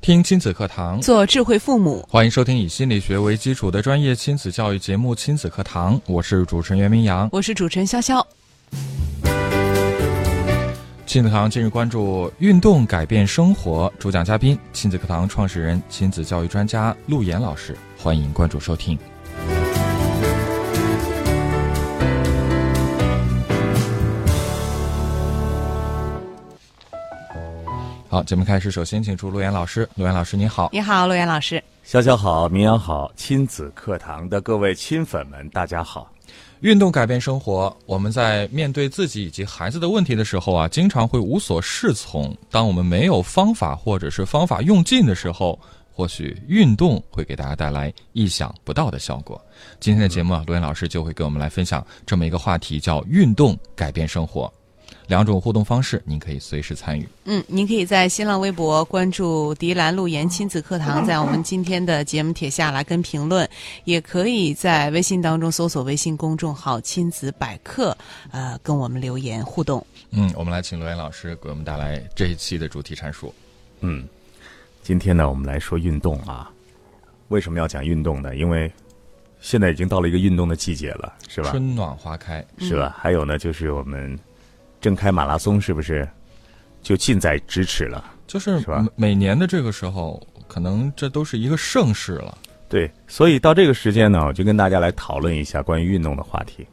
听亲子课堂，做智慧父母。欢迎收听以心理学为基础的专业亲子教育节目《亲子课堂》，我是主持人袁明阳。我是主持人潇潇。亲子课堂今日关注：运动改变生活，主讲嘉宾亲子课堂创始人、亲子教育专家陆岩老师。欢迎关注收听。好，节目开始，首先请出陆岩老师。陆岩老师，你好。你好，陆岩老师。潇潇好，民阳好，亲子课堂的各位亲粉们，大家好。运动改变生活。我们在面对自己以及孩子的问题的时候啊，经常会无所适从。当我们没有方法或者是方法用尽的时候，或许运动会给大家带来意想不到的效果。今天的节目啊，罗岩老师就会给我们来分享这么一个话题，叫“运动改变生活”。两种互动方式，您可以随时参与。嗯，您可以在新浪微博关注“迪兰路言亲子课堂”，在我们今天的节目帖下来跟评论，也可以在微信当中搜索微信公众号“亲子百科”，呃，跟我们留言互动。嗯，我们来请罗岩老师给我们带来这一期的主题阐述。嗯，今天呢，我们来说运动啊。为什么要讲运动呢？因为现在已经到了一个运动的季节了，是吧？春暖花开，是吧？还有呢，就是我们正开马拉松，是不是就近在咫尺了？就是是吧每每年的这个时候，可能这都是一个盛世了。对，所以到这个时间呢，我就跟大家来讨论一下关于运动的话题。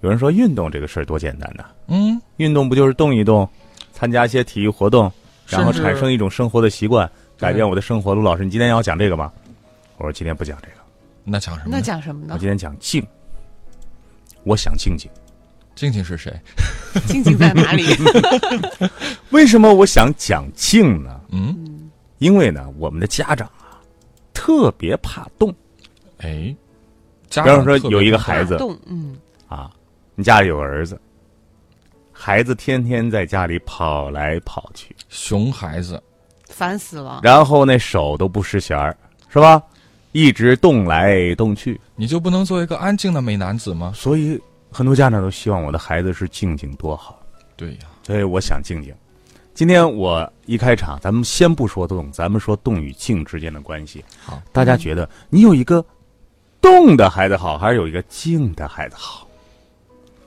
有人说运动这个事儿多简单呐，嗯，运动不就是动一动，参加一些体育活动，甚然后至产生一种生活的习惯，改对变我的生活。陆老师，你今天要讲这个吗？我说今天不讲这个，嗯那讲什么呢？那讲什么我呢？今天讲静。我想静静。静静是谁？静静在哪 里？为什么我想讲静呢？嗯，因为呢，我们的家长啊，特别怕动。哎，比家方长说特别有一个孩子，动，嗯，啊，你家里有儿子，孩子天天在家里跑来跑去，熊孩子，烦死了。然后那手都不识弦儿，是吧？一直动来动去，你就不能做一个安静的美男子吗？所以很多家长都希望我的孩子是静静多好。对呀、所以我想静静。今天我一开场，咱们先不说动，咱们说动与静之间的关系。好，大家觉得你有一个动的孩子好，还是有一个静的孩子好？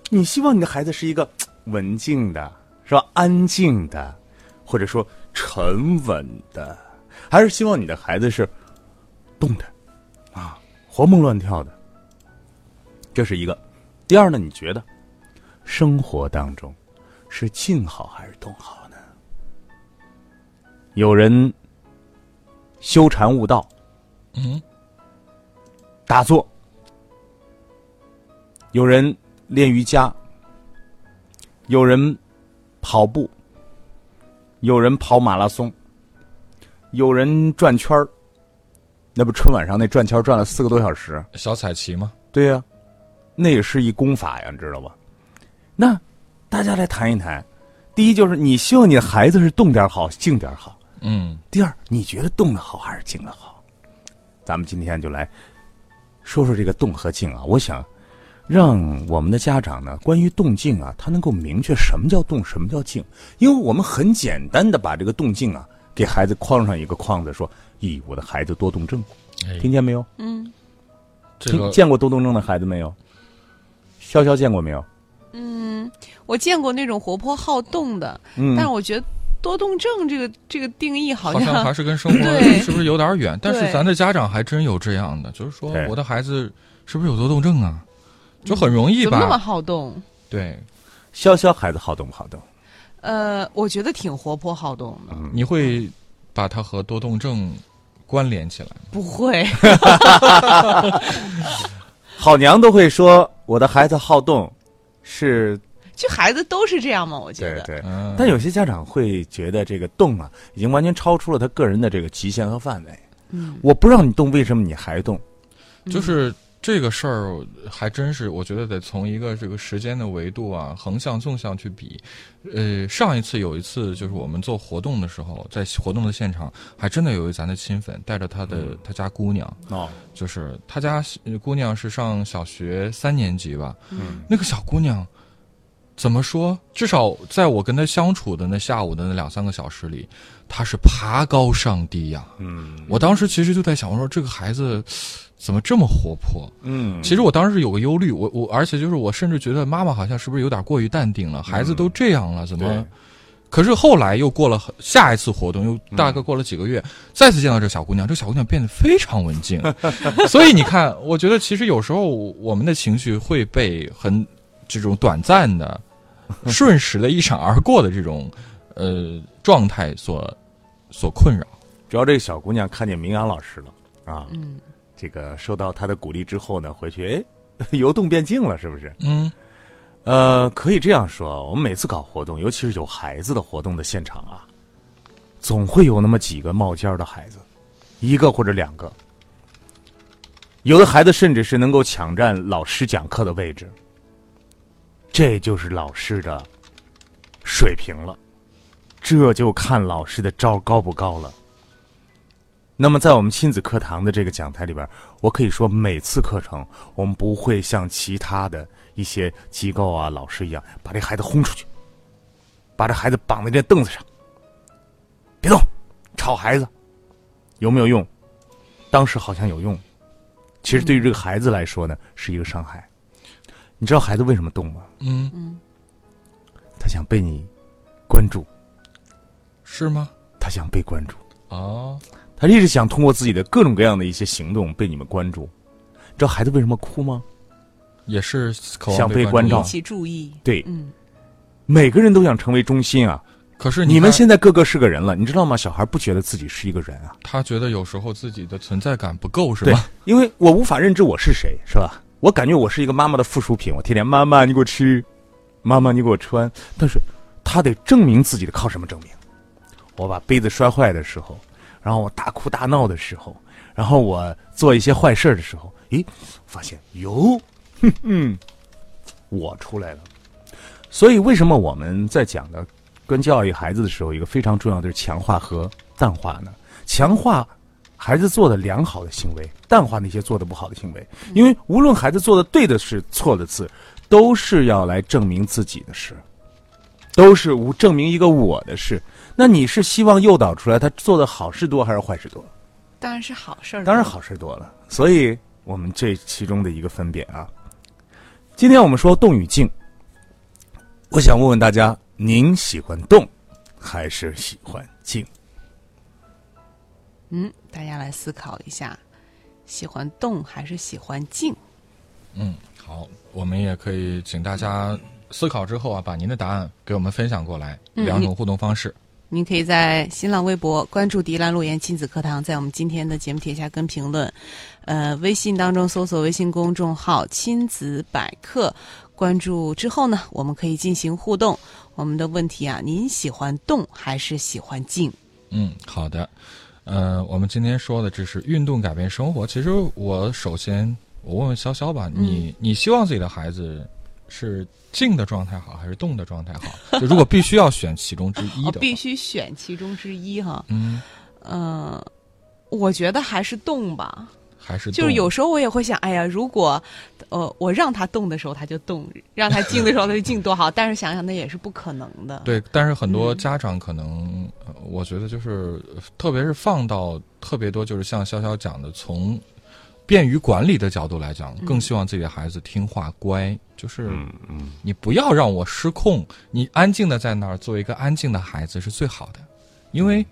你希望你的孩子是一个文静的，是吧？安静的，或者说沉稳的，还是希望你的孩子是动的啊，活蹦乱跳的？这是一个。第二呢，你觉得生活当中是静好还是动好呢？有人修禅悟道，嗯，打坐；有人练瑜伽；有人跑步；有人跑马拉松；有人转圈儿。那不春晚上那转圈儿转了四个多小时？小彩旗吗？对呀、那也是一功法呀，你知道吧？那大家来谈一谈，第一就是你希望你的孩子是动点儿好，静点儿好；嗯，第二，你觉得动的好还是静的好？咱们今天就来说说这个动和静啊。我想让我们的家长呢，关于动静啊，他能够明确什么叫动，什么叫静，因为我们很简单的把这个动静啊，给孩子框上一个框子，说：“咦，我的孩子多动症，哎，听见没有？嗯这听个见过多动症的孩子没有？潇潇见过没有？嗯，我见过那种活泼好动的，嗯，但是我觉得多动症这个这个定义好好像还是跟生活对是不是有点远？但是对咱的家长还真有这样的，就是说对我的孩子是不是有多动症啊？就很容易怎么那么吧？好动？对，潇潇孩子好动不好动？呃，我觉得挺活泼好动嗯的，你会把它和多动症关联起来吗？不会， 好娘都会说我的孩子好动，是就孩子都是这样嘛，我觉对得。对。嗯，但有些家长会觉得这个动啊，已经完全超出了他个人的这个极限和范围。嗯，我不让你动，为什么你还动？就是这个事儿还真是，我觉得得从一个这个时间的维度啊，横向、纵向去比。呃，上一次有一次就是我们做活动的时候，在活动的现场，还真的有一咱的亲粉带着他的、他家姑娘，哦，就是他家呃姑娘是上小学三年级吧，那个小姑娘怎么说？至少在我跟她相处的那下午的那两三个小时里，她是爬高上低呀、嗯我当时其实就在想，我说这个孩子怎么这么活泼？嗯，其实我当时有个忧虑，我我而且就是我甚至觉得妈妈好像是不是有点过于淡定了？孩子都这样了，怎么对？可是后来又过了很下一次活动，又大概过了几个月，再次见到这小姑娘，这小姑娘变得非常文静。 所以你看，我觉得其实有时候我们的情绪会被很这种短暂的、瞬时的一闪而过的这种呃状态所所困扰。主要这个小姑娘看见明阳老师了啊，嗯，这个受到他的鼓励之后呢，回去哎， 由动变静了，是不是？嗯呃，可以这样说，我们每次搞活动，尤其是有孩子的活动的现场啊，总会有那么几个冒尖儿的孩子，一个或者两个。有的孩子甚至是能够抢占老师讲课的位置，这就是老师的水平了，这就看老师的招高不高了。那么，在我们亲子课堂的这个讲台里边，我可以说，每次课程我们不会像其他的一些机构啊、老师一样，把这孩子轰出去，把这孩子绑在这凳子上，别动，吵孩子，有没有用？当时好像有用，其实对于这个孩子来说呢，是一个伤害。你知道孩子为什么动吗？嗯，他想被你关注，是吗？他想被关注。哦，他一直想通过自己的各种各样的一些行动被你们关注。你知道孩子为什么哭吗？也是渴望想被关关照照引。起注意，对，嗯，每个人都想成为中心啊。可是你看们现在个个是个人了，你知道吗？小孩不觉得自己是一个人啊，他觉得有时候自己的存在感不够，是对吧？，因为我无法认知我是谁，是吧？我感觉我是一个妈妈的附属品，我天天妈妈你给我吃，妈妈你给我穿，但是他得证明自己的，靠什么证明？我把杯子摔坏的时候，然后我大哭大闹的时候，然后我做一些坏事儿的时候，咦，发现哟，哼哼，我出来了。所以为什么我们在讲的跟教育孩子的时候，一个非常重要的是强化和淡化呢？强化孩子做的良好的行为，淡化那些做的不好的行为，因为无论孩子做的对的事、错的事，都是要来证明自己的事，都是无证明一个我的事。那你是希望诱导出来他做的好事多还是坏事多？当然是好事儿，当然，好事多了。所以我们这其中的一个分别啊，今天我们说动与静，我想问问大家，您喜欢动还是喜欢静？嗯，大家来思考一下，喜欢动还是喜欢静？嗯，好，我们也可以请大家思考之后啊，把您的答案给我们分享过来，嗯两种互动方式。您可以在新浪微博关注“迪兰路言亲子课堂”，在我们今天的节目帖下跟评论。呃，微信当中搜索微信公众号“亲子百科”，关注之后呢，我们可以进行互动。我们的问题啊，您喜欢动还是喜欢静？嗯，好的。呃，我们今天说的这是运动改变生活。其实我首先我问问潇潇吧，嗯你你希望自己的孩子是静的状态好，还是动的状态好？就如果必须要选其中之一哦，的话，必须选其中之一哈。嗯，嗯、我觉得还是动吧。还是就是动有时候我也会想，哎呀，如果呃我让他动的时候他就动，让他静的时候他就静，多好。但是想想那也是不可能的。对，但是很多家长可能，呃我觉得就是，呃特别是放到特别多，就是像潇潇讲的，从便于管理的角度来讲，更希望自己的孩子听话乖，就是嗯，你不要让我失控，你安静的在那儿做一个安静的孩子是最好的，因为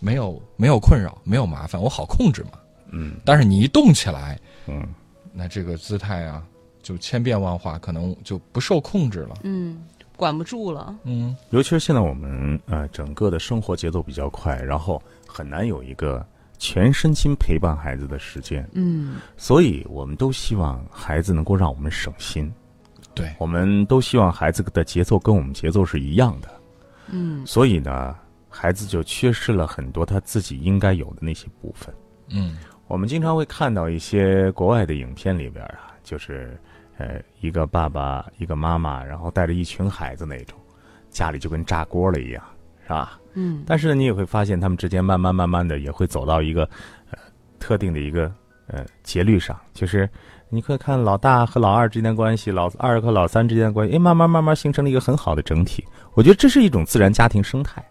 没有没有困扰，没有麻烦，我好控制嘛。嗯，但是你一动起来，嗯，那这个姿态啊，就千变万化，可能就不受控制了。嗯，管不住了。嗯尤其是现在我们呃整个的生活节奏比较快，然后很难有一个全身心陪伴孩子的时间，嗯，所以我们都希望孩子能够让我们省心，对，我们都希望孩子的节奏跟我们节奏是一样的，嗯，所以呢，孩子就缺失了很多他自己应该有的那些部分。嗯我我们经常会看到一些国外的影片里边啊，就是呃一个爸爸一个妈妈，然后带着一群孩子那种，家里就跟炸锅了一样，是吧？嗯，但是呢，你也会发现他们之间慢慢慢慢的也会走到一个呃特定的一个呃节律上，就是你会看老大和老二之间的关系，老二和老三之间的关系，哎，慢慢慢慢形成了一个很好的整体。我觉得这是一种自然家庭生态。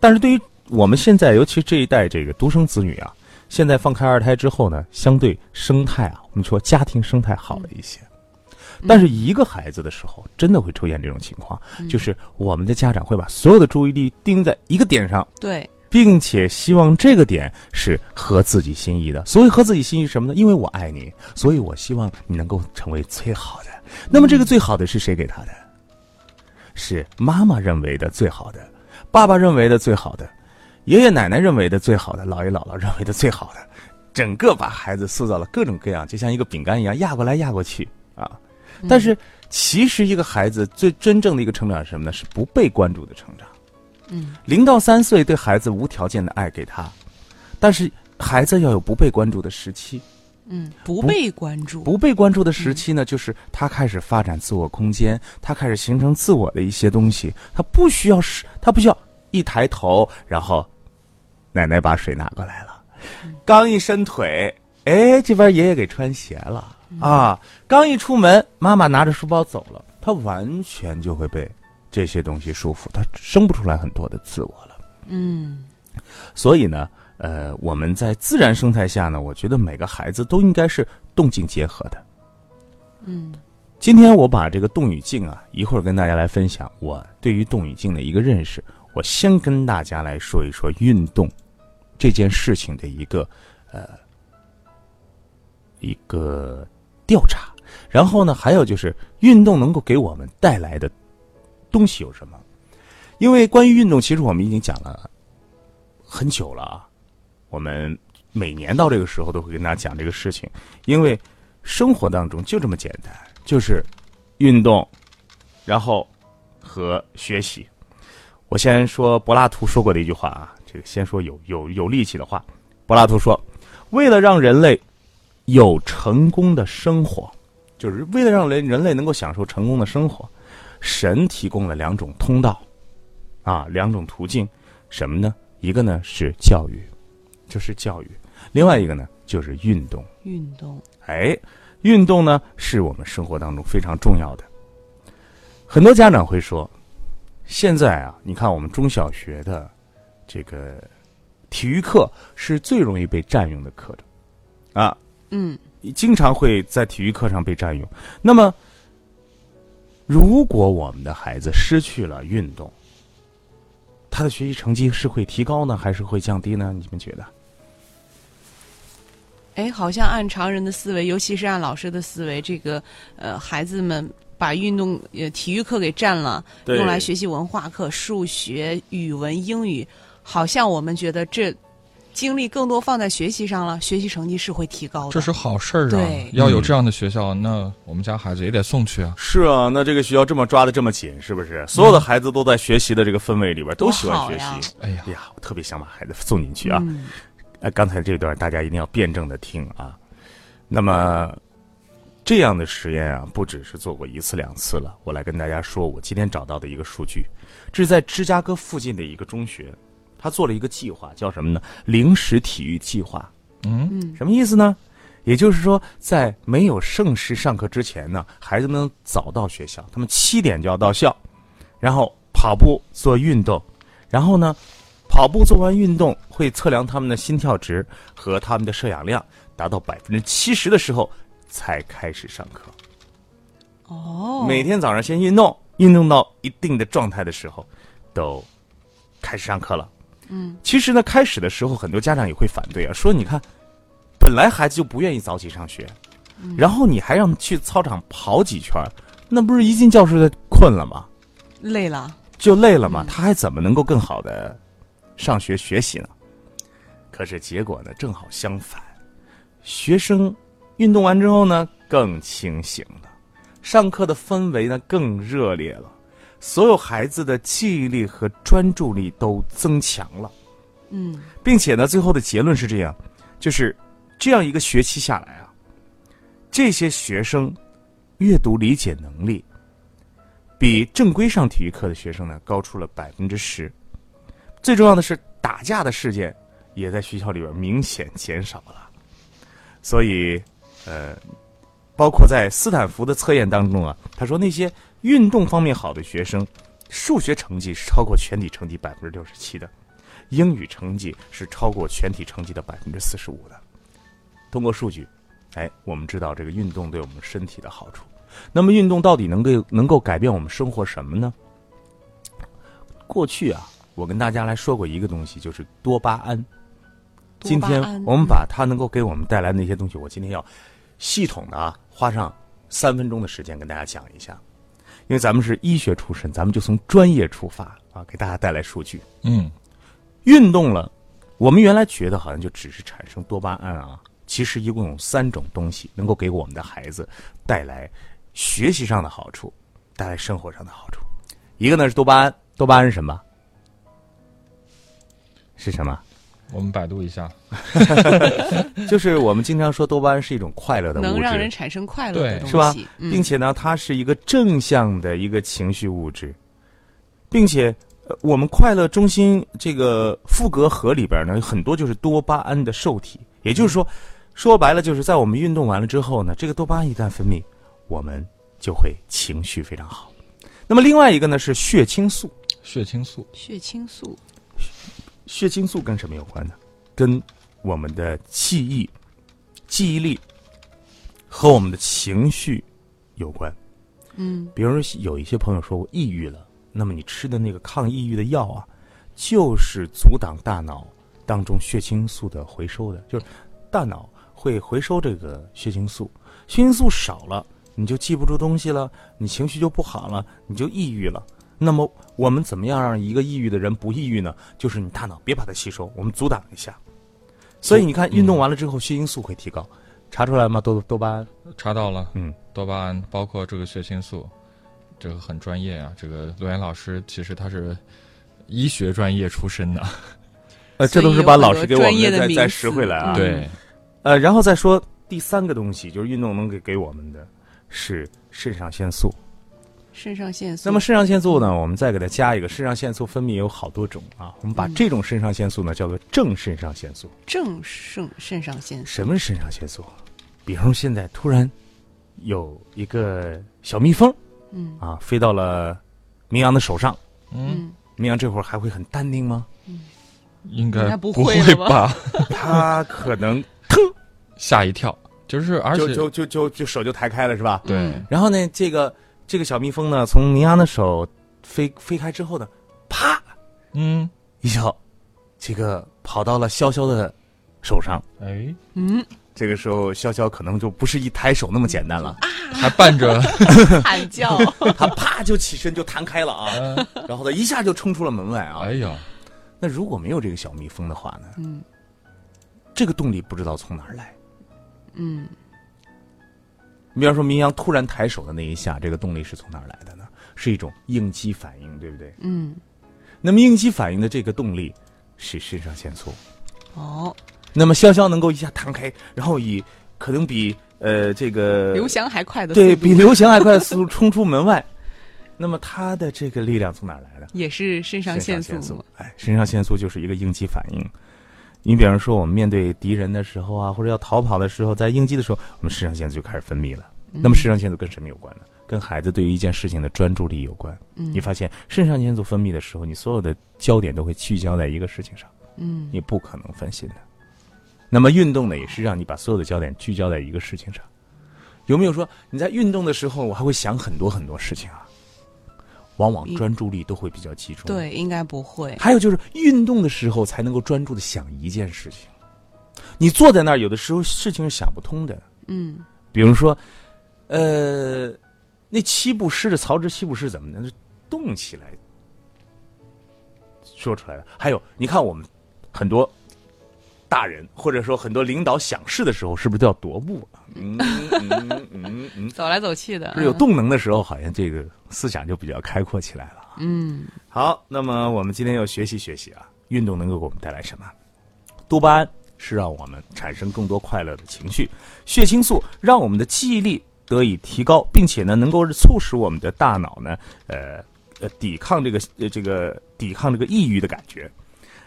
但是对于我们现在，尤其这一代这个独生子女啊，现在放开二胎之后呢，相对生态啊，我们说家庭生态好了一些。但是一个孩子的时候，真的会出现这种情况，就是我们的家长会把所有的注意力盯在一个点上，对，并且希望这个点是合自己心意的。所谓合自己心意是什么呢？因为我爱你，所以我希望你能够成为最好的。那么这个最好的是谁给他的？是妈妈认为的最好的，爸爸认为的最好的，爷爷奶奶认为的最好的，姥爷姥姥认为的最好的，整个把孩子塑造了各种各样，就像一个饼干一样压过来压过去啊。嗯但是其实一个孩子最真正的一个成长是什么呢？是不被关注的成长。嗯，零到三岁对孩子无条件的爱给他，但是孩子要有不被关注的时期。嗯，不被关注，不被关注的时期呢，就是他开始发展自我空间，他开始形成自我的一些东西，他不需要是，他不需要一抬头，然后奶奶把水拿过来了，刚一伸腿，哎，这边爷爷给穿鞋了啊，刚一出门，妈妈拿着书包走了，他完全就会被这些东西束缚，他生不出来很多的自我了。嗯所以呢，呃，我们在自然生态下呢，我觉得每个孩子都应该是动静结合的。嗯今天我把这个动与静啊，一会儿跟大家来分享我对于动与静的一个认识。我先跟大家来说一说运动这件事情的一个呃一个调查，然后呢，还有就是运动能够给我们带来的东西有什么？因为关于运动，其实我们已经讲了很久了啊，我们每年到这个时候都会跟大家讲这个事情，因为生活当中就这么简单，就是运动，然后和学习。我先说柏拉图说过的一句话啊，这个先说有有有力气的话。柏拉图说，为了让人类有成功的生活，就是为了让人人类能够享受成功的生活，神提供了两种通道，啊，两种途径，什么呢？一个呢是教育，就是教育；另外一个呢就是运动。运动，哎，运动呢是我们生活当中非常重要的。很多家长会说，现在啊，你看我们中小学的这个体育课是最容易被占用的课程啊，嗯经常会在体育课上被占用。那么，如果我们的孩子失去了运动，他的学习成绩是会提高呢，还是会降低呢？你们觉得？哎，好像按常人的思维，尤其是按老师的思维，这个呃，孩子们把运动呃体育课给占了，对用来学习文化课、数学、语文、英语，好像我们觉得这精力更多放在学习上了，学习成绩是会提高的。这是好事儿啊对！要有这样的学校，那我们家孩子也得送去啊。是啊，那这个学校这么抓的这么紧，是不是？所有的孩子都在学习的这个氛围里边，都喜欢学多好呀习。哎呀哎，呀，我特别想把孩子送进去啊！嗯呃，刚才这段大家一定要辩证的听啊。那么，这样的实验啊，不只是做过一次两次了。我来跟大家说，我今天找到的一个数据，这是在芝加哥附近的一个中学，他做了一个计划，叫什么呢？零食体育计划。嗯，嗯什么意思呢？也就是说，在没有正式上课之前呢，孩子们早到学校，他们七点就要到校，然后跑步做运动，然后呢，跑步做完运动会测量他们的心跳值和他们的摄氧量，达到百分之七十的时候才开始上课。哦，每天早上先运动，运动到一定的状态的时候，都开始上课了。嗯，其实呢，开始的时候很多家长也会反对啊，说你看，本来孩子就不愿意早起上学，然后你还让他去操场跑几圈儿，那不是一进教室就困了吗？累了，就累了嘛，他还怎么能够更好的上学学习呢？可是结果呢，正好相反，学生运动完之后呢，更清醒了，上课的氛围呢更热烈了，所有孩子的记忆力和专注力都增强了，嗯并且呢，最后的结论是这样，就是这样一个学期下来啊，这些学生阅读理解能力比正规上体育课的学生呢高出了百分之十。最重要的是，打架的事件也在学校里边明显减少了。所以，呃，包括在斯坦福的测验当中啊，他说那些运动方面好的学生，数学成绩是超过全体成绩百分之六十七的，英语成绩是超过全体成绩的百分之四十五的。通过数据，哎，我们知道这个运动对我们身体的好处。那么，运动到底能够能够改变我们生活什么呢？过去啊，我跟大家来说过一个东西，就是多巴胺。今天我们把它能够给我们带来的那些东西，我今天要系统的啊，花上三分钟的时间跟大家讲一下，因为咱们是医学出身，咱们就从专业出发啊，给大家带来数据。嗯，运动了，我们原来觉得好像就只是产生多巴胺啊，其实一共有三种东西能够给我们的孩子带来学习上的好处，带来生活上的好处。一个呢是多巴胺，多巴胺是什么？是什 么？我们百度一下，就是我们经常说多巴胺是一种快乐的物质，能让人产生快乐的对东西，是吧？嗯并且呢，它是一个正向的一个情绪物质，并且、呃我们快乐中心这个复格核里边呢，有很多就是多巴胺的受体，也就是说，说白了就是在我们运动完了之后呢，这个多巴胺一旦分泌，我们就会情绪非常好。那么另外一个呢是血清素，血清素血清素血清素跟什么有关呢？跟我们的记忆、记忆力和我们的情绪有关。嗯，比如说有一些朋友说我抑郁了，那么你吃的那个抗抑郁的药啊，就是阻挡大脑当中血清素的回收的，就是大脑会回收这个血清素，血清素少了，你就记不住东西了，你情绪就不好了，你就抑郁了。那么我们怎么样让一个抑郁的人不抑郁呢？就是你大脑别把它吸收，我们阻挡一下。所以你看，运动完了之后，血清素会提高，查出来吗？多多巴胺。查到了，嗯，多巴胺包括这个血清素，这个很专业啊。这个陆岩老师其实他是医学专业出身的，呃，所这以都是把老师给我有很多专业们的再名再词拾回来啊。嗯对，呃，然后再说第三个东西，就是运动能给给我们的是肾上腺素。肾上腺素。那么肾上腺素呢，我们再给它加一个，肾上腺素分泌有好多种啊。我们嗯把这种肾上腺素呢叫做正肾上腺素。正肾肾上腺素什么是肾上腺素？比方说现在突然有一个小蜜蜂，嗯啊，飞到了明阳的手上，嗯，嗯，明阳这会儿还会很淡定吗？应应该该不不会会了吧？他可能吓一跳，就是 而就且就就就就手就抬开了，是吧？对然后呢，这个这个小蜜蜂呢，从明阳的手飞飞开之后呢，啪嗯，一下，这个跑到了潇潇的手上。哎，这个时候，潇潇可能就不是一抬手那么简单了，还伴 着嗯喊叫，他啪就起身就弹开了啊，然后他一下就冲出了门外啊哎。呀，那如果没有这个小蜜蜂的话呢？嗯，这个动力不知道从哪儿来。嗯，你比方说，明阳突然抬手的那一下，这个动力是从哪儿来的呢？是一种应激反应，对不对？嗯，那么应激反应的这个动力是肾上腺素。哦，那么潇潇能够一下弹开，然后以可能比呃这个刘翔还快的对速度比刘翔 还快的速度冲出门外，那么他的这个力量从哪儿来的？也是肾上腺素肾上腺素，哎，肾上腺素就是一个应激反应。你比方说，我们面对敌人的时候啊，或者要逃跑的时候，在应激的时候，我们肾上腺素就开始分泌了。嗯那么肾上腺素跟什么有关呢？跟孩子对于一件事情的专注力有关。嗯你发现肾上腺素分泌的时候，你所有的焦点都会聚焦在一个事情上，嗯，你不可能分心的。那么运动呢，也是让你把所有的焦点聚焦在一个事情上。有没有说你在运动的时候，我还会想很多很多事情啊？往往一专注力都会比较集中。对，应该不会。还有就是运动的时候才能够专注的想一件事情。你坐在那儿，有的时候事情是想不通的。嗯，比如说，呃，那七步诗的曹植七步诗怎么能动起来说出来的？还有，你看我们很多大人或者说很多领导想事的时候，是不是都要踱步啊？嗯嗯嗯嗯嗯，走来走去的，就是有动能的时候，好像这个思想就比较开阔起来了。嗯，好，那么我们今天要学习学习啊，运动能够给我们带来什么？多巴胺、是让我们产生更多快乐的情绪；血清素让我们的记忆力得以提高，并且呢，能够促使我们的大脑呢，呃呃，抵抗这个呃这个抵抗这个抑郁的感觉。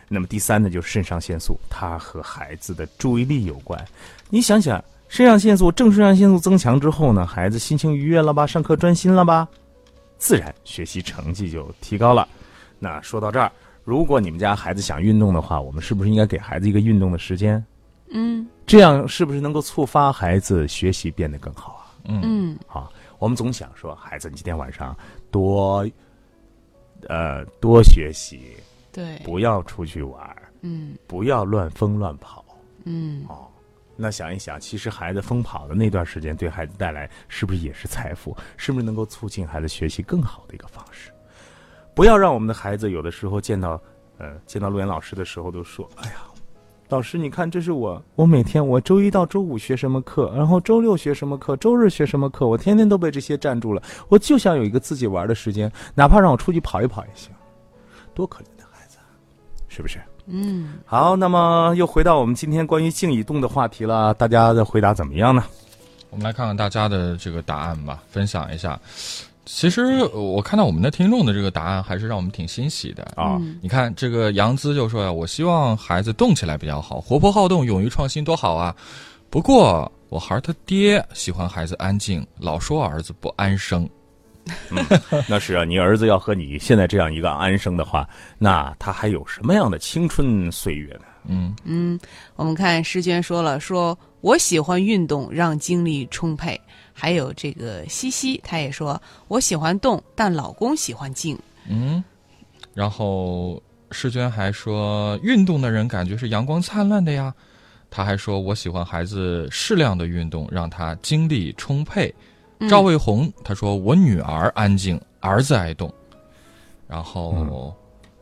那么第三呢，就是肾上腺素，它和孩子的注意力有关。你想想，肾上腺素正肾上腺素增强之后呢，孩子心情愉悦了吧，上课专心了吧，自然学习成绩就提高了。那说到这儿，如果你们家孩子想运动的话，我们是不是应该给孩子一个运动的时间？嗯这样是不是能够触发孩子学习变得更好啊？嗯啊，我们总想说，孩子，你今天晚上多，呃，多学习，对，不要出去玩儿，嗯不要乱疯乱跑。嗯哦那想一想，其实孩子疯跑的那段时间，对孩子带来是不是也是财富？是不是能够促进孩子学习更好的一个方式？不要让我们的孩子有的时候见到，呃，见到陆岩老师的时候都说：“哎呀，老师，你看，这是我，我每天我周一到周五学什么课，然后周六学什么课，周日学什么课，我天天都被这些占住了。我就想有一个自己玩的时间，哪怕让我出去跑一跑也行。”多可怜的孩子，啊，是不是？嗯，好，那么又回到我们今天关于静以动的话题了，大家的回答怎么样呢？我们来看看大家的这个答案吧，分享一下。其实呃我看到我们的听众的这个答案，还是让我们挺欣喜的啊嗯你看，这个杨姿就说呀、我希望孩子动起来比较好，活泼好动，勇于创新，多好啊！不过我孩儿他爹喜欢孩子安静，老说儿子不安生。那是啊，你儿子要和你现在这样一个安生的话，那他还有什么样的青春岁月呢？嗯，我们看诗娟说了，说我喜欢运动，让精力充沛。还有这个西西，她也说我喜欢动，但老公喜欢静。嗯，然后世娟还说，运动的人感觉是阳光灿烂的呀。她还说，我喜欢孩子适量的运动，让他精力充沛。嗯赵卫红她说，我女儿安静，儿子爱动。然后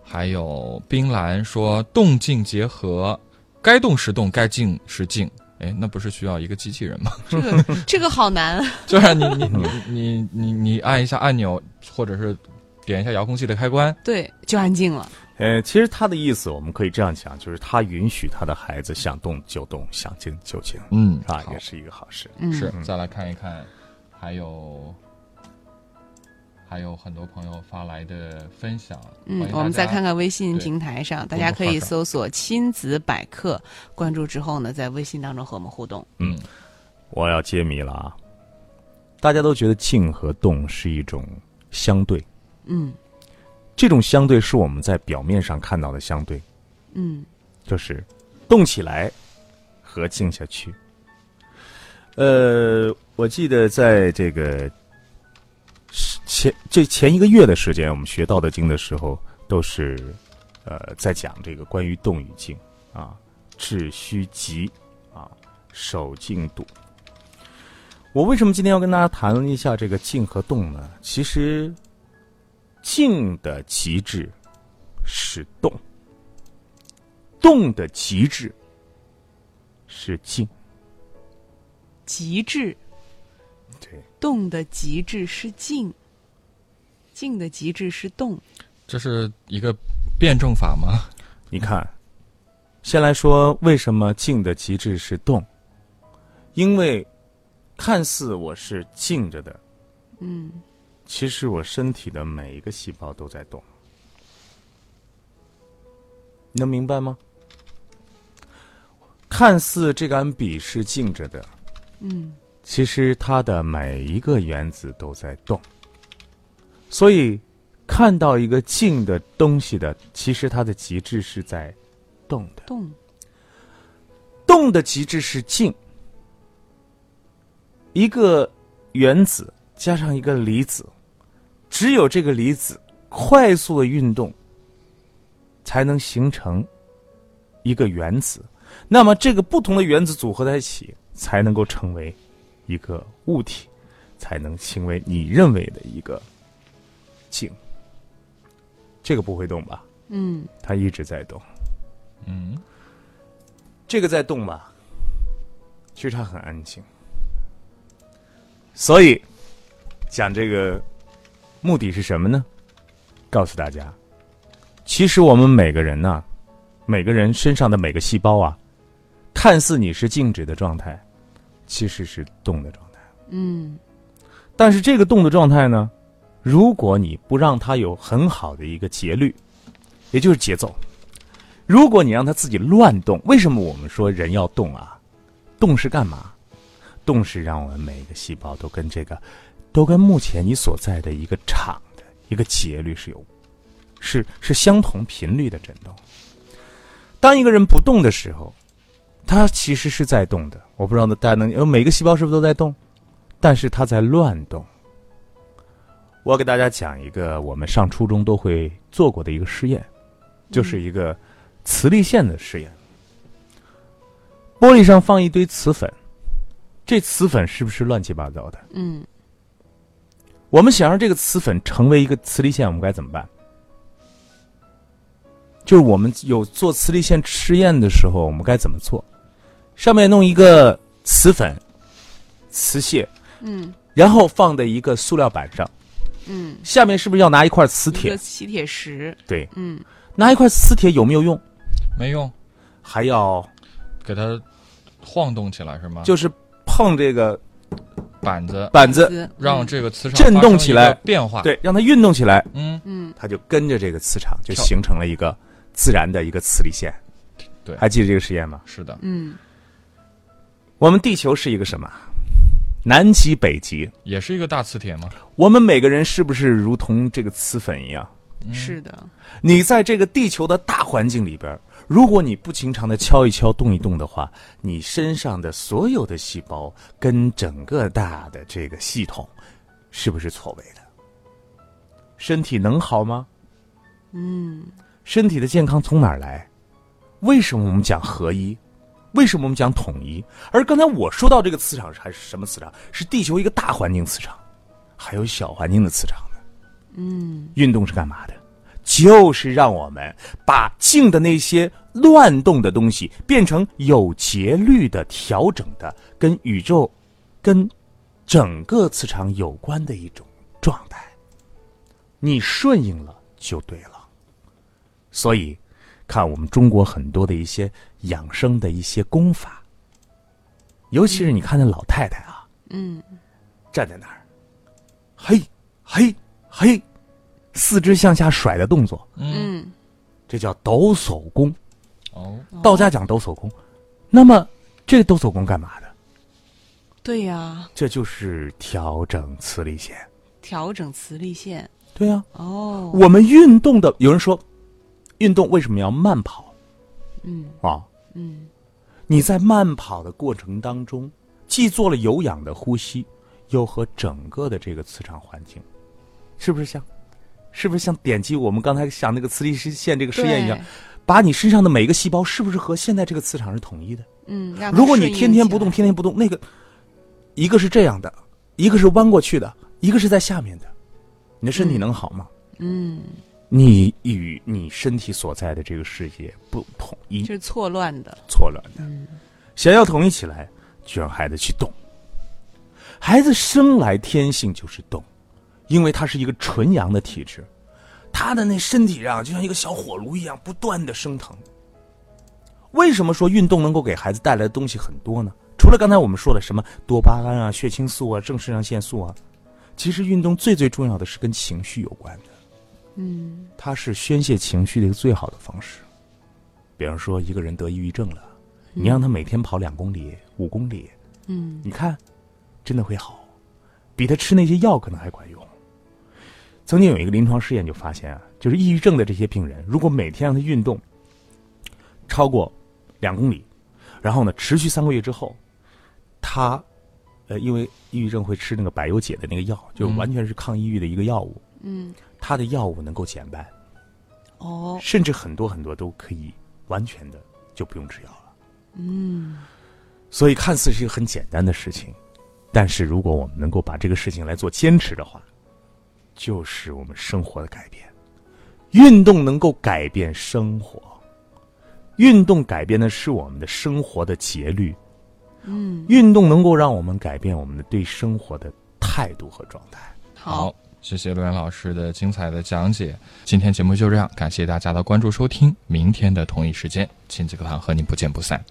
还有冰兰说，动静结合，该动时动，该静时静。哎，那不是需要一个机器人吗？ 这个这个好难。啊就是你你你你你你按一下按钮，或者是点一下遥控器的开关。对，就安静了。呃，其实他的意思我们可以这样讲，就是他允许他的孩子想动就动，想静就静，嗯啊，好也是一个好事。嗯，是，再来看一看，还有还有很多朋友发来的分享。嗯，我们再看看，看微信平台上，大家可以搜索“亲子百科”，关注之后呢，嗯在微信当中和我们互动。嗯，我要揭秘了啊！大家都觉得静和动是一种相对，嗯这种相对是我们在表面上看到的相对，嗯就是动起来和静下去。呃，我记得在这个是前这前一个月的时间，我们学《道德经》的时候，都是呃在讲这个关于动与静啊，致虚极啊，守静笃。我为什么今天要跟大家谈论一下这个静和动呢？其实，静的极致是动。动的极致是静。极致对，动的极致是静，静的极致是动。这是一个辩证法吗？你看，先来说为什么静的极致是动，因为看似我是静着的，嗯其实我身体的每一个细胞都在动。你能明白吗？看似这杆笔是静着的，嗯其实它的每一个原子都在动。所以，看到一个静的东西的，其实它的极致是在动的。动。动的极致是静。一个原子加上一个离子，只有这个离子快速的运动，才能形成一个原子。那么，这个不同的原子组合在一起，才能够成为一个物体，才能成为你认为的一个静。这个不会动吧？嗯它一直在动。嗯，这个在动吧，其实它很安静。所以，讲这个目的是什么呢？告诉大家，其实我们每个人呢、每个人身上的每个细胞啊，看似你是静止的状态，其实是动的状态。嗯但是这个动的状态呢，如果你不让它有很好的一个节律，也就是节奏，如果你让它自己乱动，为什么我们说人要动啊？动是干嘛？动是让我们每一个细胞都跟这个，都跟目前你所在的一个场的一个节律是有，是是相同频率的振动。当一个人不动的时候，他其实是在动的。我不知道大家能，呃每个细胞是不是都在动？但是它在乱动。我要给大家讲一个我们上初中都会做过的一个实验，就是一个磁力线的实验。玻璃上放一堆磁粉，这磁粉是不是乱七八糟的？嗯我们想让这个磁粉成为一个磁力线，我们该怎么办？就是我们有做磁力线试验的时候，我们该怎么做？上面弄一个磁粉、磁屑，嗯然后放在一个塑料板上，嗯，下面是不是要拿一块磁一个铁？吸铁石，对，嗯拿一块磁铁有没有用？没用，还要给它晃动起来是吗？就是碰这个板子板子，子让这个磁场震动发生起一个来变化。，对，让它运动起来，嗯，嗯它就跟着这个磁场，就跳形成了一个自然的一个磁力线。对还记得这个实验吗？是的，嗯我们地球是一个什么？南极、北极，也是一个大磁铁吗？我们每个人是不是如同这个磁粉一样？嗯，是的，你在这个地球的大环境里边儿，如果你不经常的敲一敲、动一动的话，你身上的所有的细胞跟整个大的这个系统，是不是错位的？身体能好吗？嗯身体的健康从哪儿来？为什么我们讲合一？为什么我们讲统一？而刚才我说到这个磁场是还是什么磁场？是地球一个大环境磁场，还有小环境的磁场呢。嗯运动是干嘛的？就是让我们把静的那些乱动的东西变成有节律的、调整的，跟宇宙、跟整个磁场有关的一种状态。你顺应了就对了。所以，看我们中国很多的一些养生的一些功法，尤其是你看那老太太啊，嗯站在那儿，嘿，嘿，嘿，四肢向下甩的动作，嗯，嗯，这叫抖擞功。哦，道家讲抖擞功，那么这抖擞功干嘛的？对呀，这就是调整磁力线。调整磁力线对呀、哦，我们运动的，有人说，运动为什么要慢跑嗯啊？嗯你在慢跑的过程当中，既做了有氧的呼吸，又和整个的这个磁场环境，是不是像，是不是像点击我们刚才想那个磁力线这个实验一样对，把你身上的每一个细胞是不是和现在这个磁场是统一的？嗯，让它如果你顺应天天起不动，来天天不动，那个一个是这样的，一个是弯过去的，一个是在下面的，你的身体能好吗？嗯，你与你身体所在的这个世界不统一，就是错乱的，错乱的。想要统一起来，就让孩子去动。孩子生来天性就是动，因为他是一个纯阳的体质，他的那身体上就像一个小火炉一样不断的升腾。为什么说运动能够给孩子带来的东西很多呢？除了刚才我们说的什么多巴胺啊、血清素啊、正肾上腺素啊，其实运动最最重要的是跟情绪有关的。嗯，它是宣泄情绪的一个最好的方式。比方说，一个人得抑郁症了，你让他每天跑两公里、五公里，嗯你看，真的会好，比他吃那些药可能还管用。曾经有一个临床试验就发现啊，就是抑郁症的这些病人，如果每天让他运动超过两公里，然后呢持续三个月之后，他呃因为抑郁症会吃那个百忧解的那个药，就嗯完全是抗抑郁的一个药物，嗯他的药物能够减半，哦甚至很多很多都可以完全的就不用吃药了。嗯所以看似是一个很简单的事情，但是如果我们能够把这个事情来做坚持的话，就是我们生活的改变。运动能够改变生活，运动改变的是我们的生活的节律。嗯，运动能够让我们改变我们的对生活的态度和状态。好，谢谢陆岩老师的精彩的讲解。今天节目就这样，感谢大家的关注收听，明天的同一时间亲子课堂和您不见不散。